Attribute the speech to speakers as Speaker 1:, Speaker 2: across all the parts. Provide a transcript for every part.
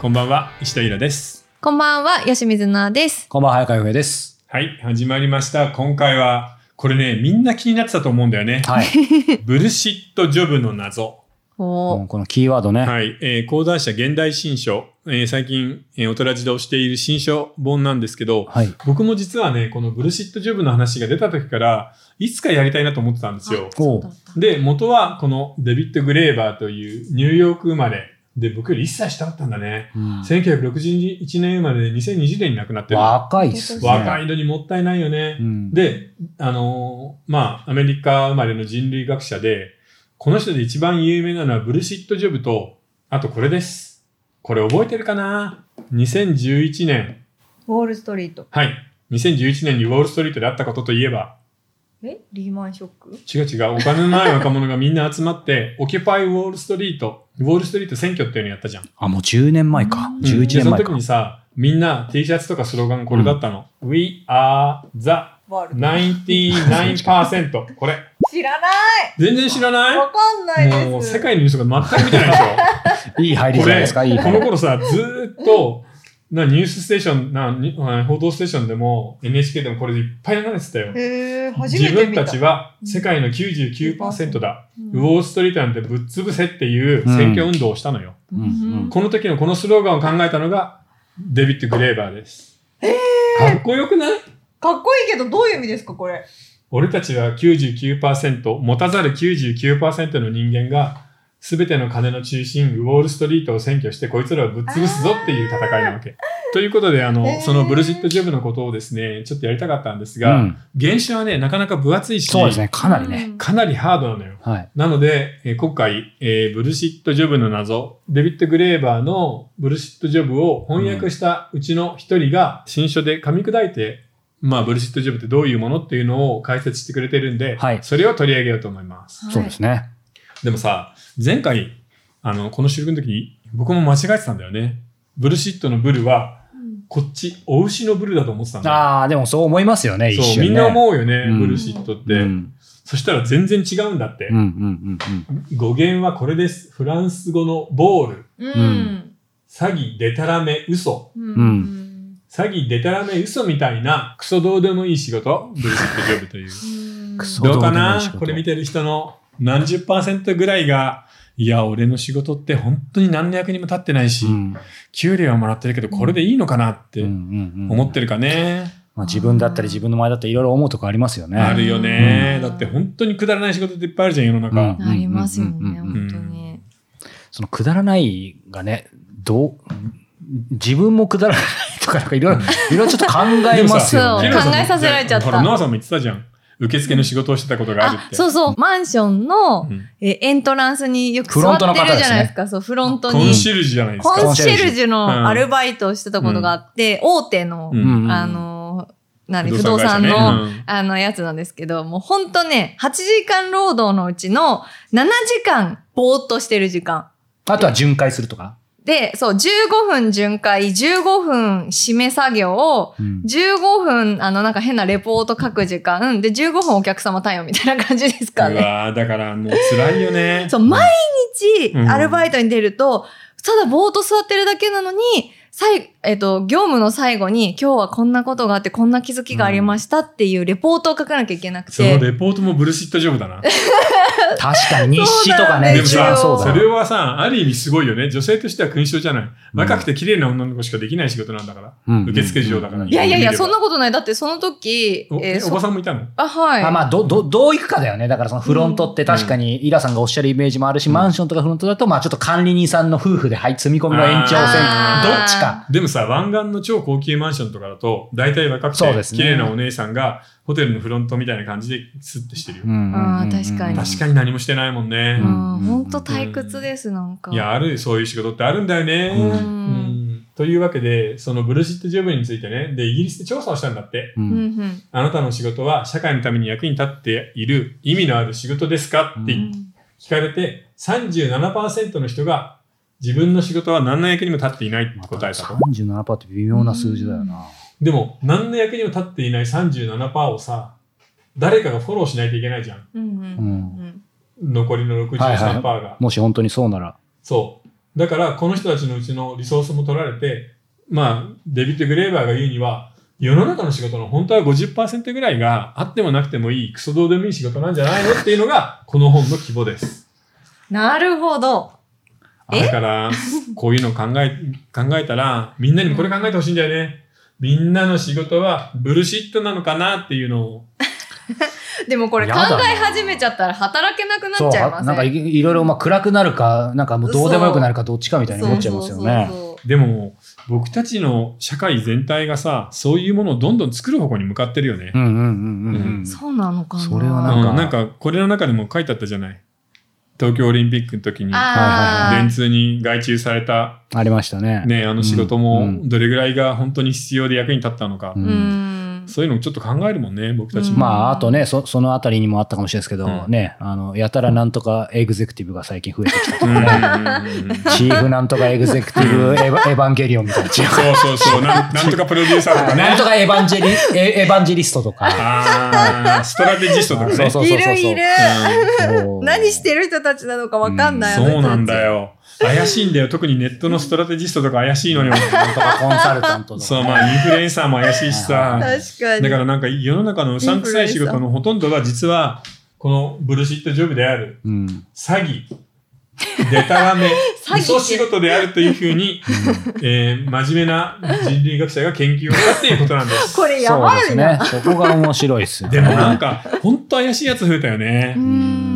Speaker 1: こんばんは、石田ゆらです。
Speaker 2: こんばんは、吉水菜です。
Speaker 3: こんばんは、早川洋平です。
Speaker 1: はい、始まりました。今回は、これね、みんな気になってたと思うんだよね。
Speaker 3: はい。
Speaker 1: ブルシットジョブの謎。
Speaker 2: お
Speaker 3: もうこのキーワードね。
Speaker 1: はい、えー講談社現代新書、えー最近、えー、お寺地で推している新書本なんですけど、
Speaker 3: はい。
Speaker 1: 僕も実はね、このブルシットジョブの話が出た時から、いつかやりたいなと思ってたんですよ。
Speaker 3: おう
Speaker 1: で、元はこのデビッド・グレーバーというニューヨーク生まれ。で、僕より1歳下だったんだね。
Speaker 3: うん
Speaker 1: 1961年生まれで2020年に亡くなってる。
Speaker 3: 若いっすね。
Speaker 1: 若いのにもったいないよね。
Speaker 3: うん。
Speaker 1: で、あのーまあ、アメリカ生まれの人類学者で、この人で一番有名なのはブルシット・ジョブと、あとこれです。これ覚えてるかな ?2011 年。
Speaker 2: ウォールストリート。
Speaker 1: はい。2011年にウォールストリートであったことといえば、
Speaker 2: えリーマンショック
Speaker 1: 違う違う、お金のない若者がみんな集まって、オキュパイ・ウォールストリート、ウォールストリート選挙っていうのやったじゃん。
Speaker 3: あ、もう10年前か
Speaker 2: う。ん
Speaker 3: 11
Speaker 1: で
Speaker 3: 年
Speaker 1: その
Speaker 3: 前
Speaker 1: 時
Speaker 3: か
Speaker 1: に。さ、みんな T シャツとかスローガンこれだったの。We are the
Speaker 2: ワールド。
Speaker 1: 99%。これ。
Speaker 2: 知らない
Speaker 1: 全然知らない
Speaker 2: わかんないです。
Speaker 1: もう世界のニュースが全く見てないでし
Speaker 3: いい入り
Speaker 1: ょ
Speaker 3: じ
Speaker 1: こ
Speaker 3: ゃないですか、い
Speaker 1: れ、
Speaker 3: い
Speaker 1: こ
Speaker 3: 入
Speaker 1: の
Speaker 3: り。
Speaker 1: 頃さ、ずーっと、なニュースステーションな、にあ報道ステーションでも NHK でもこれでいっぱい流れてたよ。
Speaker 2: へー初め
Speaker 1: 自
Speaker 2: て
Speaker 1: 分
Speaker 2: 見た。
Speaker 1: たちは世界の99%だ。ウォールストリートなんてぶっ潰せっていう選挙運動をしたのよ。
Speaker 2: うん
Speaker 3: うん
Speaker 2: うん
Speaker 1: この時のこのスローガンを考えたのがデビッド・グレーバーです。かっこよくない
Speaker 2: かっこいいけど、どういう意味ですか、これ。
Speaker 1: 俺たちは99%、持たざる99%の人間が、すべての金の中心、ウォールストリートを占拠して、こいつらをぶっ潰すぞっていう戦いなわけ。ということで、あの、
Speaker 2: へー
Speaker 1: そのブルシットジョブのことをですね、ちょっとやりたかったんです
Speaker 3: う
Speaker 1: が、
Speaker 3: ん。
Speaker 1: 原種はね、なかなか分厚いし、
Speaker 3: そうですね、かなりね。
Speaker 1: かなりハードなのよ。
Speaker 3: はい。
Speaker 1: なので、えー今回、えーブルシットジョブの謎、デビッド・グレーバーのブルシットジョブを翻訳したうちの一人が、新書で噛み砕いて、まあ、ブルシットジョブってどういうものっていうのを解説してくれてるんで、
Speaker 3: はい
Speaker 1: それを取り上げようと思います。
Speaker 2: はい
Speaker 3: そうですね。
Speaker 1: でもさ、前回、あの、この収録の時に、僕も間違えてたんだよね。ブルシットのブルは、
Speaker 2: うん
Speaker 1: こっち、お牛のブルだと思ってたんだよ。
Speaker 3: ああ、でもそう思いますよね、一
Speaker 1: そう、
Speaker 3: 瞬ね。
Speaker 1: みんな思うよね、
Speaker 3: うん
Speaker 1: ブルシットって、
Speaker 3: うん
Speaker 1: そしたら全然違うんだって。
Speaker 3: うんうんうんうん。
Speaker 1: 語源はこれです。フランス語のボール。
Speaker 2: うん。
Speaker 1: 詐欺、でたらめ、嘘。
Speaker 2: うん
Speaker 3: う
Speaker 1: 詐欺、でたらめ、嘘みたいな、クソどうでもいい仕事、ブルシットジョブという。
Speaker 2: うん
Speaker 3: クソ
Speaker 1: どうか
Speaker 3: どうでもいい仕
Speaker 1: な
Speaker 3: 事
Speaker 1: これ見てる人の何十パーセントぐらいが、いや、俺の仕事って本当に何の役にも立ってないし、
Speaker 3: うん
Speaker 1: 給料はもらってるけど、これでいいのかなっ
Speaker 3: う
Speaker 1: て
Speaker 3: んうんう
Speaker 1: 思
Speaker 3: ん
Speaker 1: ってるかね。
Speaker 3: まあ自分だったり自分の前だったりいろいろ思うとこありますよ
Speaker 1: あ
Speaker 3: ね。
Speaker 1: るよね。
Speaker 2: う
Speaker 1: だ
Speaker 2: ん
Speaker 1: って本当にくだらない仕事っていっぱいあるじゃん、世の中。
Speaker 2: ありますよ
Speaker 3: うんうん
Speaker 2: ね、
Speaker 3: うんうん
Speaker 2: 本当に。
Speaker 3: そのくだらないがね、どう、自分もくだらないとかなんかいろいろ、いろいろちょっと考えますよ
Speaker 2: で
Speaker 3: ね
Speaker 2: も。考えさせられちゃった
Speaker 1: ほら、ノアさんも言ってたじゃん。受付の仕事をしてたことがある
Speaker 2: あ
Speaker 1: っ、て。
Speaker 2: そうそう、マンションの
Speaker 1: うん
Speaker 2: えーエントランスによく
Speaker 3: フ
Speaker 2: 座
Speaker 3: ロ
Speaker 2: っ
Speaker 3: ント
Speaker 2: て
Speaker 3: の方
Speaker 2: る
Speaker 3: で
Speaker 2: じゃ
Speaker 3: すね
Speaker 2: ないですか、そう、フロント
Speaker 1: コン
Speaker 2: に。
Speaker 1: シェルジュじゃないですか。
Speaker 2: コンシェルジュ
Speaker 1: うん
Speaker 2: のアルバイトをしてたことがあって、大手の、
Speaker 1: うん
Speaker 3: うん
Speaker 2: あの、何、不
Speaker 1: 不
Speaker 2: 動
Speaker 1: 動
Speaker 2: 産
Speaker 1: 産会社ね
Speaker 2: の、
Speaker 1: うん
Speaker 2: あのやつなんですけど、もうほんとね、8時間労働のうちの7時間ぼーっとしてる時間。
Speaker 3: あとは巡回するとか。
Speaker 2: で、そう、15分巡回、15分締め作業を、
Speaker 3: うん
Speaker 2: 15分、あの、なんか変なレポート書く時間、で、15分お客様対応みたいな感じですか
Speaker 1: う
Speaker 2: ね。
Speaker 1: わーだからもう辛いよね。
Speaker 2: そう、毎日
Speaker 1: うん
Speaker 2: アルバイトに出ると、ただぼーっと座ってるだけなのに、最、えっと、業務の最後に、今日はこんなことがあって、こんな気づきがありましたっていうレポートを書かなきゃいけなく
Speaker 1: そ
Speaker 2: て。
Speaker 1: のレポートもブルシットジョブだな。
Speaker 3: 確かに日誌とかね、
Speaker 1: でも
Speaker 3: 一番
Speaker 1: さ、
Speaker 3: そう
Speaker 1: そ
Speaker 3: だ
Speaker 1: れはさ、ある意味すごいよね。女性としては勲章じゃない。若くて綺麗な女の子しかできない仕事なんだから。
Speaker 3: うん
Speaker 1: 受付嬢だから
Speaker 3: うん
Speaker 2: いやいやい
Speaker 1: 見れ
Speaker 2: や、
Speaker 1: ば
Speaker 2: そんなことない。だってその時、
Speaker 1: お
Speaker 2: えー
Speaker 1: えお
Speaker 2: そ
Speaker 1: ばさんもいたの
Speaker 2: あ、はい。
Speaker 3: あまあ、ど、ど、どういくかだよね。だからそのフロントって確かに、イラさんがおっしゃるイメージもあるし、マンションとかフロントだと、まあちょっと管理人さんの夫婦で、はい、積み込みの延長線、どっ
Speaker 2: あー
Speaker 3: ちか。
Speaker 1: でもさ、湾岸の超高級マンションとかだと、大体若く
Speaker 3: そうで
Speaker 1: て
Speaker 3: すね
Speaker 1: 綺麗なお姉さんが、ホテルのフロントみたいな感じでスッてしてるよ。
Speaker 2: あー確かに
Speaker 1: 確かに何もしてないもんね。
Speaker 2: あー
Speaker 3: うん
Speaker 2: ほんと退屈です、なんか。
Speaker 1: いや、ある、そういう仕事ってあるんだよね。
Speaker 3: うん
Speaker 1: うんというわけで、そのブルシットジョブについてね、で、イギリスで調査をしたんだって。
Speaker 3: う。
Speaker 2: うんうんん。
Speaker 1: あなたの仕事は社会のために役に立っている意味のある仕事ですかって
Speaker 2: う
Speaker 3: うん
Speaker 1: 聞かれて、37%の人が自分の仕事は何の役にも立っていないって答えたと。
Speaker 3: 37%って微妙な数字だよな。
Speaker 1: でも、何の役にも立っていない37%をさ、誰かがフォローしないといけないじゃん。
Speaker 2: うんうんうん
Speaker 1: 残りの63%が。
Speaker 3: もし本当にそうなら。
Speaker 1: そだから、この人たちのうちのリソースも取られて、まあ、デビッド・グレーバーが言うには、世の中の仕事の本当は50%ぐらいがあってもなくてもいい、クソどうでもいい仕事なんじゃないのっていうのが、この本の規模です。
Speaker 2: なるほど。え
Speaker 1: だから、こういうの考え、考えたら、みんなにもこれ考えてほしいんだよね。みんなの仕事はブルシットなのかなっていうのを、
Speaker 2: でもこれ
Speaker 3: や
Speaker 2: 考
Speaker 3: だな
Speaker 2: え始めちゃったら働けなくな
Speaker 3: そ
Speaker 2: っ
Speaker 3: う、
Speaker 2: ちゃいませ
Speaker 3: あ
Speaker 2: ん
Speaker 3: なんかいいろいろまあ暗くなるか、なんかもうどうでもよくなるかどっちかみたいに思っちゃいますよね
Speaker 2: そう。そうそう
Speaker 1: でも、僕たちの社会全体がさ、そういうものをどんどん作る方向に向かってるよね。
Speaker 3: うんうんうんうんうん。
Speaker 2: そうそうなのかな。
Speaker 3: それは
Speaker 1: うん
Speaker 3: なんか
Speaker 1: なんか、これの中でも書いてあったじゃない。東京オリンピックの時に、
Speaker 2: あー
Speaker 1: 電通に外注された、
Speaker 3: ありましたね。
Speaker 1: ね、あの仕事も、どれぐらいが本当に必要で役に立ったのか
Speaker 3: う。ん
Speaker 2: うん。
Speaker 1: そういうのもちょっと考えるもんね、僕たち
Speaker 2: うん
Speaker 1: も。
Speaker 3: まあ、あとね、そそのあたりにもあったかもしれないですけど、
Speaker 1: うん
Speaker 3: ね、あの、やたらなんとかエグゼクティブが最近増えてきた。
Speaker 1: うんうんうんうん
Speaker 3: チーフなんとかエグゼクティブエヴァエヴァンゲリオンみたいな。
Speaker 1: そうそうそう、なん なんとかプロデューサーとかね。
Speaker 3: なんとかエヴァンジェリ、エエヴァンジェリストと か。
Speaker 1: あーストラテジストとかね。
Speaker 3: そうそうそうそう
Speaker 2: いるいる。
Speaker 3: そう
Speaker 2: 何してる人たちなのかわかんない。
Speaker 1: そうなんだ
Speaker 2: よ。
Speaker 1: よ。怪しいんだよ。特にネットのストラテジストとか怪しいのよ。
Speaker 3: なんとかコンサルタントとか。
Speaker 1: そう、まあ、インフルエンサーも怪しいしさ。
Speaker 2: 確かに。
Speaker 1: だからなんか世の中のうさんくさい仕事のほとんどは実は、このブルシットジョブである、
Speaker 3: うん。
Speaker 1: 詐欺、でたら め、
Speaker 2: 欺って
Speaker 1: 嘘仕事であるというふう に、えー真面目な人類学者が研究をしたっていうことなん です。
Speaker 2: これやば
Speaker 3: そう
Speaker 2: い
Speaker 3: で
Speaker 2: な。
Speaker 3: すね。そこが面白いですよ
Speaker 1: で
Speaker 3: ね。
Speaker 1: もなんか、ほんと怪しいやつ増えたよね
Speaker 2: う。ん。
Speaker 1: うん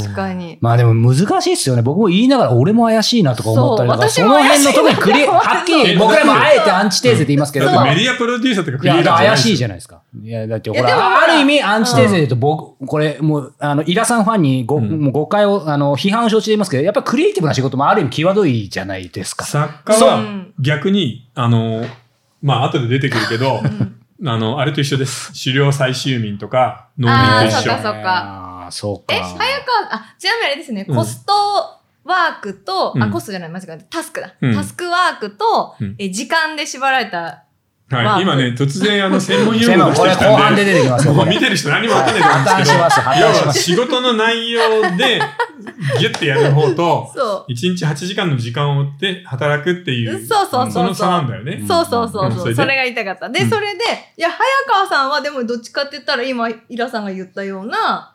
Speaker 2: 確かに。
Speaker 3: まあでも難しいですよね。僕も言いながら俺も怪しいなとか思ったり
Speaker 2: そう
Speaker 3: だから
Speaker 2: 私
Speaker 3: そ
Speaker 2: も
Speaker 3: の辺
Speaker 2: 怪
Speaker 3: の
Speaker 2: しい
Speaker 3: 特にクリエ、はっきり僕らもあえてアンチテーゼって言いますけど、
Speaker 1: だってメ
Speaker 3: い
Speaker 1: ディアプロデューサーとかクリエ
Speaker 3: や、
Speaker 1: イター
Speaker 3: 怪しい
Speaker 1: じ
Speaker 3: じゃないですか。いや、だってほ
Speaker 2: いやでも
Speaker 3: ら、
Speaker 2: まあ
Speaker 3: ある意味アンチテーゼで言うと僕、これもう、あの、イラさんファンにご、
Speaker 1: うん
Speaker 3: もう誤解を、あの、批判を承知で言いますけど、やっぱクリエイティブな仕事もある意味際どいじゃないですか。
Speaker 1: ゃないですか。作家
Speaker 2: そ
Speaker 1: は
Speaker 2: う
Speaker 1: 逆に、あの、まあ後で出てくるけど、
Speaker 2: うん
Speaker 1: あの、あれと一緒です。狩猟採集民とか、農民と一
Speaker 2: あー
Speaker 1: 緒
Speaker 2: そう。か
Speaker 3: あーそうか。
Speaker 2: え、早川、あ、ちなみにあれですね、
Speaker 1: うん
Speaker 2: コストワークと、
Speaker 1: う
Speaker 2: あ、
Speaker 1: ん
Speaker 2: コストじゃない、間違えた。タスクだ。
Speaker 1: うん
Speaker 2: タスクワークと、
Speaker 1: うん
Speaker 2: え時間で縛られた。ま
Speaker 1: は
Speaker 2: あ
Speaker 1: い、今ね、突然あ の専門用
Speaker 3: 専
Speaker 1: 語
Speaker 3: 門
Speaker 1: 出し
Speaker 3: こ
Speaker 1: て
Speaker 3: れ
Speaker 1: き
Speaker 3: 後
Speaker 1: た
Speaker 3: 半
Speaker 1: ん
Speaker 3: で
Speaker 1: で、
Speaker 3: 出てきますよ。
Speaker 1: もう
Speaker 3: これ
Speaker 1: 見てる人何もわかんないと思うん
Speaker 3: 破綻
Speaker 1: で す
Speaker 3: し
Speaker 1: けど、
Speaker 3: ます、破綻
Speaker 1: 要
Speaker 3: し
Speaker 1: は
Speaker 3: ます。
Speaker 1: 仕事の内容でギュッてやる方と、
Speaker 2: そ。
Speaker 1: 1日8時間の時間を追って働くっていうう、
Speaker 2: そうそうそうそう。
Speaker 1: の差なんだよね。
Speaker 3: ん
Speaker 2: そうそうそう
Speaker 1: うん
Speaker 2: そ、
Speaker 1: そうれで
Speaker 2: それが言いたかった。で、
Speaker 1: うん
Speaker 2: それで、いや、早川さんはでもどっちかって言ったら今、イラさんが言ったような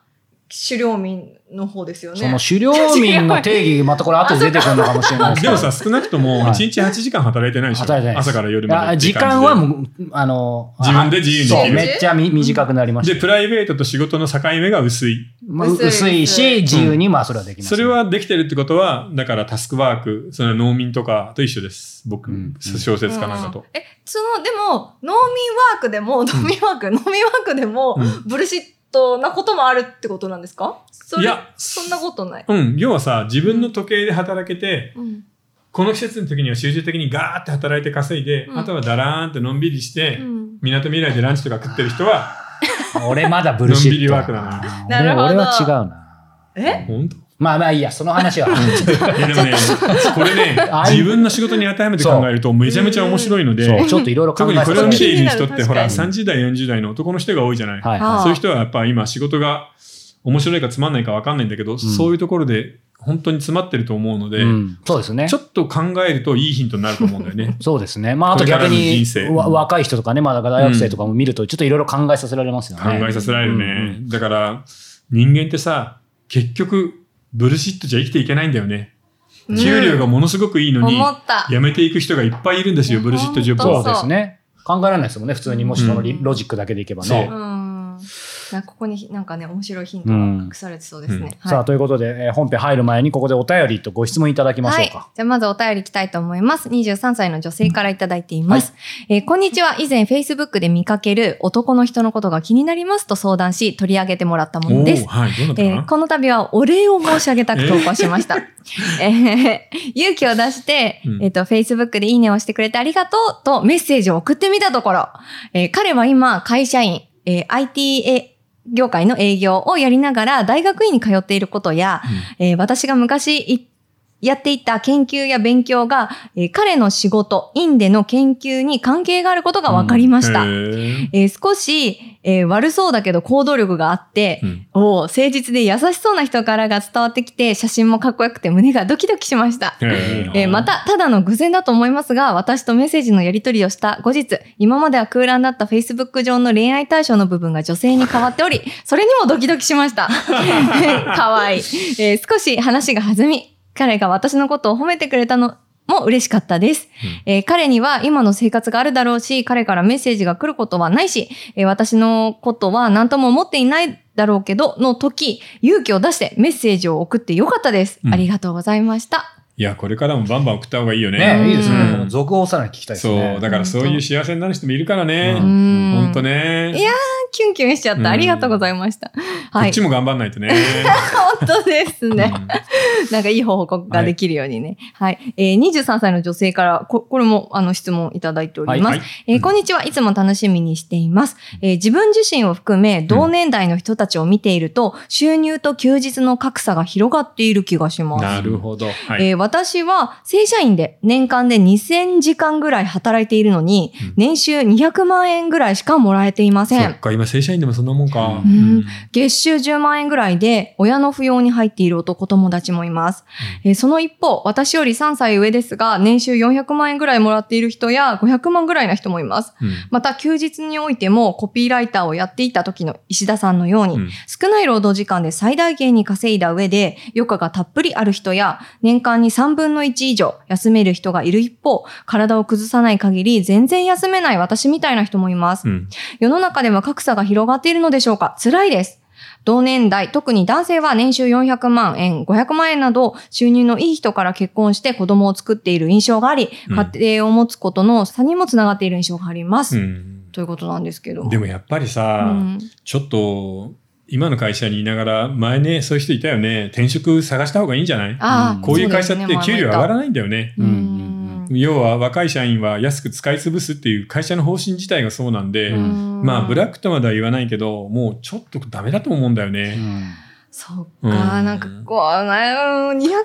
Speaker 2: 狩猟民の方ですよね。
Speaker 3: その狩猟民の定義、またこれ後で出てくるのかもしれないすけ
Speaker 1: で
Speaker 3: ど
Speaker 1: もさ、少なくとも1日8時間働いてないでしょ。
Speaker 3: 働いてないです
Speaker 1: 朝から夜ま
Speaker 3: あ
Speaker 1: で。
Speaker 3: 時間はもう、あの、
Speaker 1: 自分で自由に
Speaker 3: そう
Speaker 1: できる
Speaker 3: めっちゃみ短くなりまし
Speaker 1: で、
Speaker 3: た。
Speaker 1: プライベートと仕事の境目が薄い。
Speaker 3: まあ
Speaker 2: 薄い
Speaker 3: 薄いし、自由に、まあ、それはできます。
Speaker 1: それ、はできてるってことは、だからタスクワーク、その農民とかと一緒です。僕、
Speaker 3: うん
Speaker 1: 小説家なんかと。
Speaker 2: うんえ、その、でも、農民ワークでも、農民ワーク、農民ワークでも、
Speaker 1: うん
Speaker 2: ブルシットなこともあるってことなんですかそれ
Speaker 1: いや
Speaker 2: そんなことない。
Speaker 1: うん、要はさ、自分の時計で働けて、
Speaker 2: うん。
Speaker 1: この季節の時には集中的にガーって働いて稼いで、
Speaker 2: うん
Speaker 1: あとはだらーんってのんびりして、
Speaker 2: うん
Speaker 1: みなとみらいでランチとか食ってる人は、
Speaker 3: 俺まだブルシットだ。
Speaker 1: のんびりワーク
Speaker 2: なるほど
Speaker 3: 俺俺は違う な。
Speaker 2: え
Speaker 1: 本当
Speaker 3: まあまあいいや、その話は。
Speaker 1: いやでもね、これね
Speaker 3: あ、い
Speaker 1: 自分の仕事に当てはめて考えるとめちゃめちゃ面白いの
Speaker 3: そ
Speaker 1: で
Speaker 3: う、、ちょっといろいろ考
Speaker 1: 特に
Speaker 3: えて
Speaker 1: これを見ている人って、
Speaker 2: 気
Speaker 1: ほ
Speaker 2: にな
Speaker 1: ら、
Speaker 2: る確か
Speaker 1: 30代、40代の男の人が多いじゃない。
Speaker 3: はい
Speaker 2: あ
Speaker 3: は
Speaker 2: ー
Speaker 1: そういう人はやっぱ今仕事が面白いかつまんないか分かんないんだけど、そういうところで本当に詰まってると思うの
Speaker 3: い。
Speaker 1: で、
Speaker 3: うんそうですね。
Speaker 1: ちょ。っと考えるといいヒントになると思うんだよね
Speaker 3: そうですね。まあ、あと
Speaker 1: これから
Speaker 3: 逆
Speaker 1: の
Speaker 3: に
Speaker 1: 人生、
Speaker 3: わ若い人とかね、まあ、だから大学生とかも見ると、ちょっといろいろ考えさせられますよ
Speaker 1: 考
Speaker 3: ね。
Speaker 1: えさせられるね。
Speaker 3: う
Speaker 1: だから人間ってさ、結局ブルシットじゃ生きていけないんだよね。
Speaker 2: うん
Speaker 1: 給料がものすごくいいのに、
Speaker 2: 思った。
Speaker 1: 辞めていく人がいっぱいいるんですよ、ブルシットジョブ
Speaker 3: そう
Speaker 1: は。
Speaker 3: ですね。考えられないですもんね、普通に。もしその
Speaker 2: う
Speaker 3: リ
Speaker 2: ん
Speaker 3: ロジックだけでいけば
Speaker 1: そう
Speaker 3: ね
Speaker 2: う。ん。なんかここになんかね、面白いヒントが隠されてそうです
Speaker 1: うん
Speaker 2: ね。はい
Speaker 3: さあ、ということで、えー本編入る前に、ここでお便りとご質問いただきましょう
Speaker 2: は
Speaker 3: か。
Speaker 2: い。じゃあまずお便りいきたいと思います。23歳の女性からいただいています。えーこんにちは。以前 Facebook で見かける男の人のことが気になりますと相談し、取り上げてもらったもの
Speaker 1: お
Speaker 2: です
Speaker 1: ー。はい、どうなったか
Speaker 2: え
Speaker 1: な
Speaker 2: ー、この度はお礼を申し上げたく投稿しました。 えー勇気を出して、
Speaker 1: うん
Speaker 2: えっ、と、Facebook でいいねをしてくれてありがとうとメッセージを送ってみたところ、えー彼は今、会社員、えー IT 業界の営業をやりながら大学院に通っていることや、えー私が昔いやっていた研究や勉強が、えー彼の仕事、院での研究に関係があることが分かりました。
Speaker 1: うんへー
Speaker 2: えー少し、えー悪そうだけど行動力があって、
Speaker 1: うん
Speaker 2: おー誠実で優しそうな人柄が伝わってきて、写真もかっこよくて胸がドキドキしました。
Speaker 1: えー
Speaker 2: えーまた、ただの偶然だと思いますが、私とメッセージのやり取りをした後日、今までは空欄だった Facebook 上の恋愛対象の部分が女性に変わって おり、それにもドキドキしました。 かわいい、えー少し話が弾み、彼が私のことを褒めてくれたの、も嬉しかったです、えー彼には今の生活があるだろうし、彼からメッセージが来ることはないし、えー私のことは何とも思っていないだろうけど、の時、勇気を出してメッセージを送ってよかったです。
Speaker 1: うん
Speaker 2: ありがとうございました。
Speaker 1: いや、これからもバンバン送った方がいいよね。
Speaker 3: ねいいですね。
Speaker 1: うん
Speaker 3: この続報さらに聞きたいですね。
Speaker 1: そう、だからそういう幸せになる人もいるから
Speaker 3: う
Speaker 1: ね。
Speaker 2: ん
Speaker 1: ほんとね。
Speaker 2: いやキュンキュンしちゃっ
Speaker 1: うん
Speaker 2: た。ありがとうございました。
Speaker 1: こ
Speaker 2: は
Speaker 1: っ
Speaker 2: い
Speaker 1: ち。も頑張ん ないとね。
Speaker 2: 本当ですね。なんかいい報告ができるようにね。はい。えー、23歳の女性から、ここれもあの質問いただいております。
Speaker 1: はいはい
Speaker 2: えーこんにちは。いつも楽しみにしています。えー自分自身を含め、同年代の人たちを見ていると、収入と休日の格差が広がっている気がします。
Speaker 1: なるほど。はい。
Speaker 2: えー私は正社員で年間で2000時間ぐらい働いているのに、
Speaker 1: うん
Speaker 2: 年収200万円ぐらいしかもらえていませ
Speaker 1: そ
Speaker 2: ん
Speaker 1: っ。か、今正社員でもそんなもんか。
Speaker 2: うん月収10万円ぐらいで親の扶養に入っている男友達もいます、えーその一方、私より3歳上ですが、年収400万円ぐらいもらっている人や500万ぐらいな人もいます。
Speaker 1: うん
Speaker 2: また休日においてもコピーライターをやっていた時の石田さんのように、
Speaker 1: うん
Speaker 2: 少ない労働時間で最大限に稼いだ上で余暇がたっぷりある人や年間に3分の1以上休める人がいる一方、体を崩さない限り全然休めない私みたいな人もいます。
Speaker 1: うん。
Speaker 2: 世の中では格差が広がっているのでしょうか辛いです。同年代、特に男性は年収400万円、500万円など収入のいい人から結婚して子供を作っている印象があり、
Speaker 1: うん
Speaker 2: 家庭を持つことの差にもつながっている印象があります。
Speaker 1: うん
Speaker 2: ということなんですけども。
Speaker 1: でもやっぱりさ、
Speaker 2: うん
Speaker 1: ちょっと、今の会社にいながら、前ね、そういう人いたよね。転職探した方がいいんじゃない
Speaker 2: ああ
Speaker 1: こういう会社って
Speaker 2: そですね
Speaker 1: 給料上がらないんだよね。
Speaker 2: う
Speaker 3: うん
Speaker 2: ん
Speaker 1: 要は若い社員は安く使い潰すっていう会社の方針自体がそうなんで、
Speaker 3: うん
Speaker 1: まあブラッ
Speaker 2: ク。
Speaker 1: クとまでは言わないけど、もうちょっとダメだと思うんだよ
Speaker 3: う
Speaker 1: ね。
Speaker 3: ん
Speaker 2: そっか、
Speaker 1: うん
Speaker 2: なんかこう、あの200万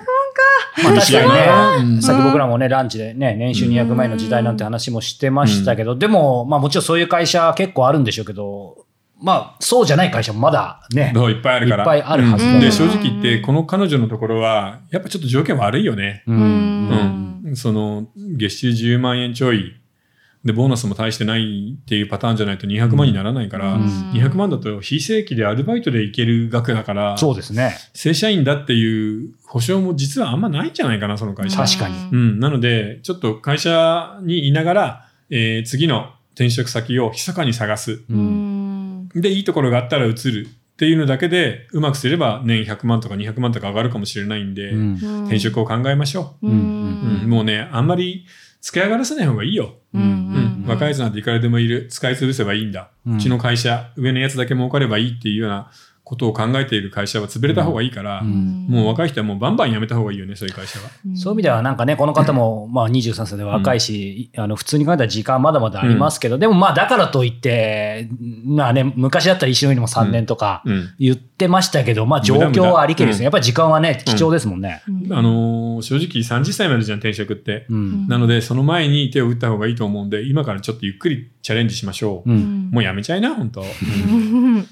Speaker 3: まあ確
Speaker 1: 面
Speaker 3: かにね、うんさっき
Speaker 2: うん
Speaker 3: 僕らもね、ランチでね、年収200万円の時代なんて話もしてましたけど、でも、まあもちろんそういう会社結構あるんでしょうけど、まあそうじゃない会社もまだね、
Speaker 1: どういっぱいあるから。
Speaker 3: いっぱいあるはず
Speaker 2: だ
Speaker 1: うんで、
Speaker 2: うん
Speaker 1: 正直言って、この彼女のところは、やっぱちょっと条件悪いよね。
Speaker 3: う
Speaker 2: うん
Speaker 1: うん、その月収10万円ちょいでボーナスも大してないっていうパターンじゃないと200万にならないから、
Speaker 2: うん
Speaker 1: 200万だと非正規でアルバイトでいける額だから
Speaker 3: そうですね。
Speaker 1: 正社員だっていう保証も実はあんまないんじゃないかなその会社、
Speaker 3: 確かに
Speaker 1: うんなのでちょっと会社にいながら、えー次の転職先を密かに探す
Speaker 2: う。ん。
Speaker 1: でいいところがあったら移るっていうのだけでうまくすれば年100万とか200万とか上がるかもしれないんで、
Speaker 3: うん
Speaker 1: 転職を考えましょう。
Speaker 2: うん。
Speaker 3: うん
Speaker 1: うんもうね、あんまり使い上がらせない方がいいよ。
Speaker 2: うん
Speaker 1: うん若いやつなんていくらでもいる。使い潰せばいいんだ。う
Speaker 3: うん
Speaker 1: ちの会社、上のやつだけ儲かればいいっていうようなことを考えている会社は潰れた方がいいから、
Speaker 3: うん
Speaker 1: もう若い人はもうバンバン辞めた方がいいよね、そういう会社は。
Speaker 3: そういう意味ではなんかね、この方も、まあ23歳で若いし、あの、普通に考えたら時間まだまだありますけど、でもまあだからといって、まあね、昔だったら一緒よりも3年とか
Speaker 1: うん。
Speaker 3: 言ってましたけど、まあ状況はありけりですね。やっぱり時間はね、貴重ですもんね。
Speaker 1: あのー正直30歳までじゃん、転職って。
Speaker 3: うん。
Speaker 1: なので、その前に手を打った方がいいと思うんで、今からちょっとゆっくりチャレンジしましょう。
Speaker 3: うん
Speaker 1: もうやめちゃいな、本当。
Speaker 2: うん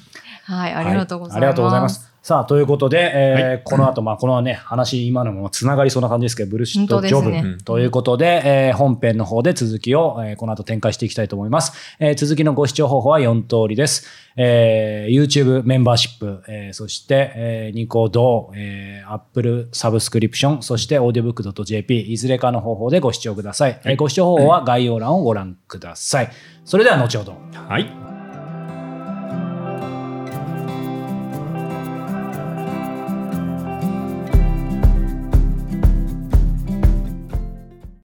Speaker 2: はい、ありがとうございます。
Speaker 3: はありがとうございます。さあ、ということで、えーこの後、まあ、このね、話、今のもつながりそうな感じですけど、ブルシットジョ
Speaker 2: 本当
Speaker 3: ブ、
Speaker 2: です
Speaker 1: ね
Speaker 3: うんということで、えー本編の方で続きを、えーこの後展開していきたいと思います。えー続きのご視聴方法は4通りです。えー YouTube メンバーシップ、えーそして、えーニコ動、えー Apple サブスクリプション、そして audiobook.jp、いずれかの方法でご視聴ください。えーご視聴方法は概要欄をご覧ください。それでは後ほど。
Speaker 1: はい。